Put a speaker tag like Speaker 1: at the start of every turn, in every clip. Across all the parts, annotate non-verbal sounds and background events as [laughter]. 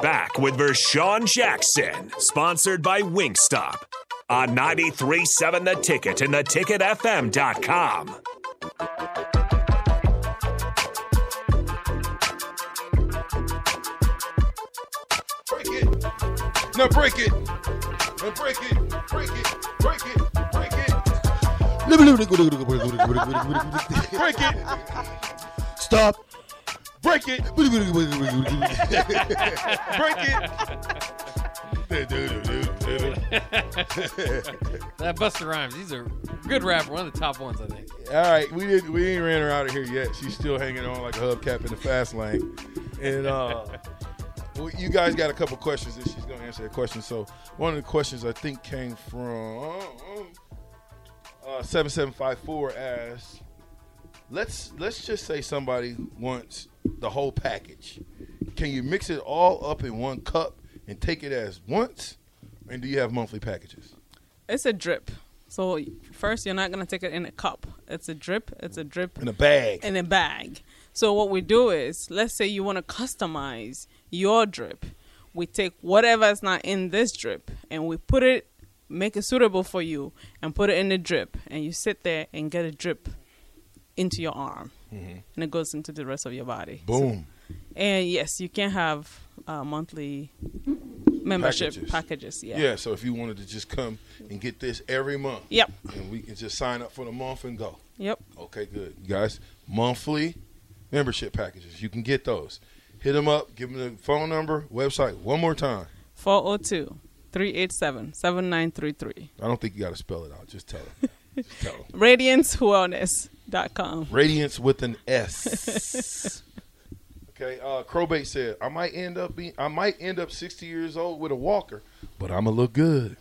Speaker 1: Back with Vershawn Jackson, sponsored by Wingstop on 937 The Ticket and theticketfm.com.
Speaker 2: Break it. Now break it. Now break it. Break it. Break it. Break it. Break it.
Speaker 3: Stop.
Speaker 2: Break it. Break it.
Speaker 4: That Buster Rhymes, he's a good rapper, one of the top ones, I think.
Speaker 2: All right, we didn't we ain't ran her out of here yet. She's still hanging on like a hubcap in the fast lane. And uh well, you guys got a couple questions that she's gonna answer that question. So one of the questions I think came from uh, seven seven five four asks let's let's just say somebody wants the whole package. Can you mix it all up in one cup and take it as once? And do you have monthly packages?
Speaker 5: It's a drip. So first, you're not gonna take it in a cup. It's a drip. It's a drip
Speaker 2: In a bag.
Speaker 5: in a bag. So what we do is, let's say you want to customize your drip. We take whatever's not in this drip and we put it, make it suitable for you, and put it in the drip. And you sit there and get a drip into your arm, and it goes into the rest of your body.
Speaker 2: Mm-hmm. Boom.
Speaker 5: And yes, you can have uh, monthly membership
Speaker 2: Packages.
Speaker 5: packages.
Speaker 2: Yeah.
Speaker 5: yeah.
Speaker 2: so if you wanted to just come and get this every month.
Speaker 5: Yep.
Speaker 2: And we can just sign up for the month and go.
Speaker 5: Yep.
Speaker 2: Okay, good. You guys, monthly membership packages. You can get those. Hit them up, give them the phone number, website one more time.
Speaker 5: 402 387 7933.
Speaker 2: I don't think you got to spell it out. Just tell them. just tell them.
Speaker 5: RadianceWellness.com.
Speaker 2: Radiance with an S. okay, uh, Crowbait said, I might end up being I might end up sixty years old with a walker, but I'ma look good.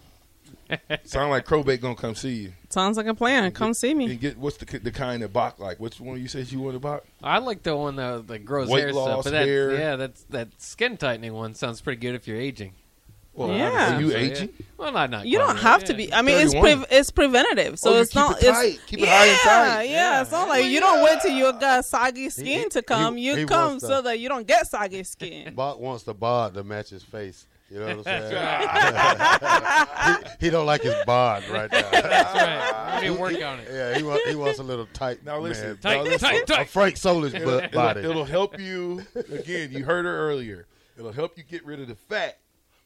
Speaker 2: Sound like Crowbait gonna come see you.
Speaker 5: Sounds like a plan. Come see
Speaker 2: And
Speaker 5: me.
Speaker 2: get what's the the kind of box like? Which one you said you want to box?
Speaker 4: I like the one that, that grows
Speaker 2: Weight
Speaker 4: hair
Speaker 2: loss,
Speaker 4: stuff. But that,
Speaker 2: hair.
Speaker 4: Yeah, that's, that skin tightening one sounds pretty good if you're aging.
Speaker 2: Well,
Speaker 5: Yeah.
Speaker 2: Are you
Speaker 4: So, yeah.
Speaker 2: aging?
Speaker 4: Well, not, not
Speaker 5: You
Speaker 4: quite,
Speaker 5: don't
Speaker 4: right?
Speaker 5: have to
Speaker 4: Yeah.
Speaker 5: be. I mean, it's
Speaker 2: 31.
Speaker 5: pre- it's preventative, so
Speaker 2: Oh, you
Speaker 5: it's
Speaker 2: keep
Speaker 5: not.
Speaker 2: it
Speaker 5: it's,
Speaker 2: tight. Keep
Speaker 5: yeah,
Speaker 2: it high and tight.
Speaker 5: Yeah, It's not like you don't wait till you got soggy skin to come.
Speaker 3: he-
Speaker 5: you
Speaker 3: he
Speaker 5: come
Speaker 3: wants
Speaker 5: so
Speaker 3: that.
Speaker 5: that you don't get soggy skin.
Speaker 3: [laughs] Bot wants the bod to match his face. You know what I'm saying? [laughs] he, he don't like his bod right
Speaker 2: [laughs]
Speaker 3: now.
Speaker 4: That's right. You need to work on it.
Speaker 3: yeah, he wants he wants a little tight.
Speaker 2: Now listen,
Speaker 3: man.
Speaker 2: now
Speaker 4: Tight,
Speaker 2: listen.
Speaker 4: tight,
Speaker 3: A
Speaker 4: tight.
Speaker 3: Frank Solis butt
Speaker 2: It'll,
Speaker 3: body.
Speaker 2: it'll help you. Again, you heard her earlier. It'll help you get rid of the fat,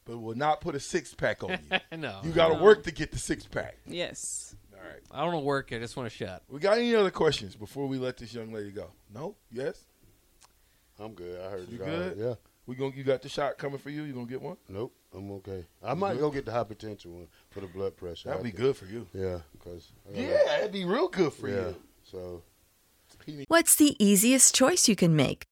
Speaker 2: but it will not put a six pack on you.
Speaker 4: No.
Speaker 2: [laughs] You got to work to get the six pack.
Speaker 5: Yes.
Speaker 4: I don't want to work. I just want a shot.
Speaker 2: We got any other questions before we let this young lady go? No? Yes?
Speaker 3: I'm good. I heard you.
Speaker 2: You
Speaker 3: I heard-
Speaker 2: good?
Speaker 3: Yeah.
Speaker 2: We going to you got the shot coming for you? You going to get one?
Speaker 3: Nope. I'm okay. I might go get the hypertension one for the blood pressure.
Speaker 2: That'd
Speaker 3: I
Speaker 2: be
Speaker 3: think-
Speaker 2: good for you.
Speaker 3: Yeah, because
Speaker 2: Yeah, that'd be real good for
Speaker 3: yeah.
Speaker 2: you.
Speaker 3: So
Speaker 6: What's the easiest choice you can make?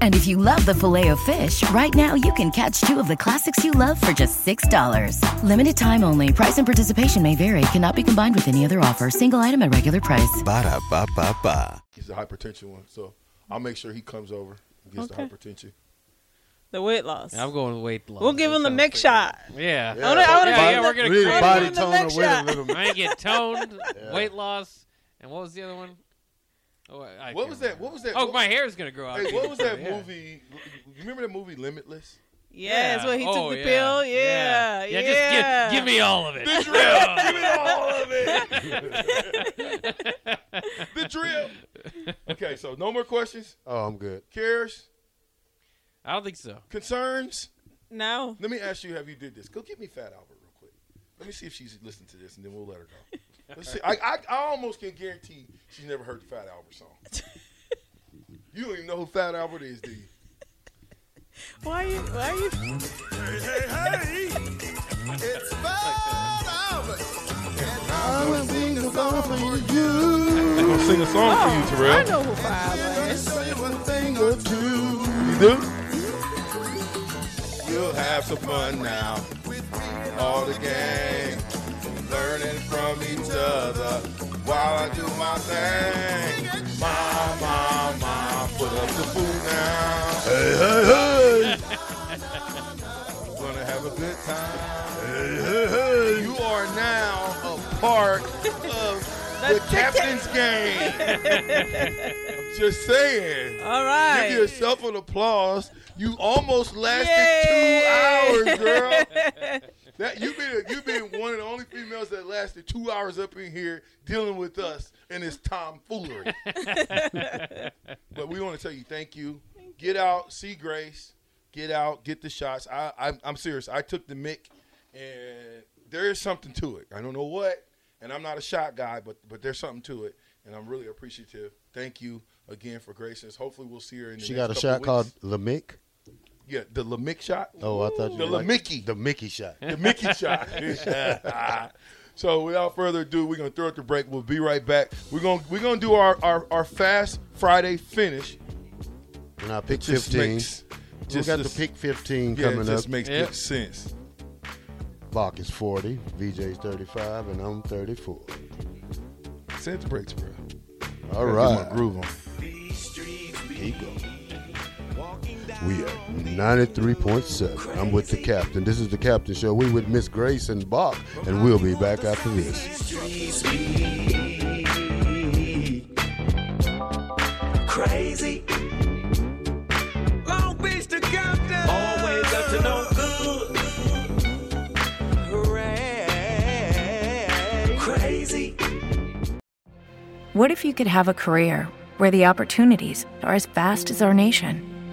Speaker 7: And if you love the filet of fish, right now you can catch two of the classics you love for just $6. Limited time only. Price and participation may vary. Cannot be combined with any other offer. Single item at regular price.
Speaker 8: Ba-da-ba-ba-ba.
Speaker 2: He's a hypertension one, so I'll make sure he comes over and gets
Speaker 5: Okay.
Speaker 2: the hypertension.
Speaker 5: The weight loss.
Speaker 4: I'm going weight loss.
Speaker 5: we'll give him the
Speaker 4: That
Speaker 5: neck
Speaker 4: sounds
Speaker 5: shot.
Speaker 4: pretty- Yeah.
Speaker 5: I wanna, I wanna
Speaker 4: yeah,
Speaker 5: give
Speaker 4: yeah,
Speaker 5: him
Speaker 4: we're
Speaker 5: the-
Speaker 4: gonna
Speaker 3: We need
Speaker 5: I
Speaker 3: a
Speaker 5: wanna
Speaker 3: body
Speaker 5: give him the
Speaker 3: tone
Speaker 5: neck
Speaker 3: away a
Speaker 5: shot.
Speaker 3: little bit.
Speaker 4: I ain't
Speaker 2: [laughs]
Speaker 4: get toned, weight loss, and what was the other one? Oh, I, I
Speaker 2: What was
Speaker 4: can't
Speaker 2: that?
Speaker 4: remember.
Speaker 2: What was that?
Speaker 4: Oh,
Speaker 2: what,
Speaker 4: my hair is gonna grow out.
Speaker 2: Hey, what was that
Speaker 4: Yeah.
Speaker 2: movie? You remember that movie Limitless?
Speaker 5: Yes,
Speaker 4: Yeah.
Speaker 5: where he
Speaker 4: Oh,
Speaker 5: took the pill. Yeah,
Speaker 4: Yeah.
Speaker 5: yeah.
Speaker 4: just give, give me all of it.
Speaker 2: [laughs] The drip. Give me all of it. the drip. Okay, so no more questions,
Speaker 3: Oh, I'm good.
Speaker 2: cares,
Speaker 4: I don't think so.
Speaker 2: concerns.
Speaker 5: No.
Speaker 2: Let me ask you: Have you did this? Go get me Fat Albert real quick. Let me see if she's listened to this, and then we'll let her go. Let's see. I, I, I almost can guarantee she's never heard the Fat Albert song. You don't even know who Fat Albert is, do you?
Speaker 5: Why are you? Why are you?
Speaker 2: I'm gonna sing a song for you, Terrell.
Speaker 5: I know who Five is.
Speaker 2: You do? You'll have some fun now. All the gang learning from each other while I do my thing. My, my, my, put up the food now. Hey, hey, hey. Gonna have a good time. Hey, hey, hey. You are now a part of the captain's game. I'm just saying.
Speaker 5: All
Speaker 2: Give
Speaker 5: right.
Speaker 2: yourself an applause. You almost lasted two
Speaker 5: Yay.
Speaker 2: hours, girl. that you've been you've been one of the only females that lasted two hours up in here dealing with us and this tomfoolery. but we want to tell you thank you. Get out, see Grace. Get out, get the shots. I, I'm, I'm serious. I took the mic, and there is something to it. I don't know what, and I'm not a shot guy, but but there's something to it, and I'm really appreciative. Thank you again for Grace's. Hopefully, we'll see her in. The
Speaker 3: She
Speaker 2: next
Speaker 3: got a
Speaker 2: couple
Speaker 3: shot
Speaker 2: weeks.
Speaker 3: called the Mick.
Speaker 2: yeah the Lamic shot.
Speaker 3: Oh, I thought you
Speaker 2: The
Speaker 3: were like-
Speaker 2: Mickey.
Speaker 3: The Mickey shot.
Speaker 2: The
Speaker 3: [laughs]
Speaker 2: Mickey shot. [laughs] so without further ado, we're gonna throw it to break. We'll be right back. We're gonna we're gonna do our, our, our fast Friday finish.
Speaker 3: And I picked
Speaker 2: Just
Speaker 3: 15.
Speaker 2: makes-
Speaker 3: we
Speaker 2: just-
Speaker 3: got
Speaker 2: just-
Speaker 3: the pick 15
Speaker 2: Yeah, it
Speaker 3: coming
Speaker 2: just
Speaker 3: up.
Speaker 2: makes
Speaker 4: Yep.
Speaker 2: good sense.
Speaker 3: Bach is 40, VJ's 35, and I'm 34.
Speaker 2: Send the breaks, bro. Gotta
Speaker 3: All
Speaker 2: get
Speaker 3: right.
Speaker 2: my groove on.
Speaker 3: Keep going. We are 93.7. I'm with the captain. This is the captain show. We with Miss Grace and Bach, and we'll be back after this.
Speaker 9: crazy. Long Beach to Compton. Always up to no good. Crazy.
Speaker 10: What if you could have a career where the opportunities are as vast as our nation,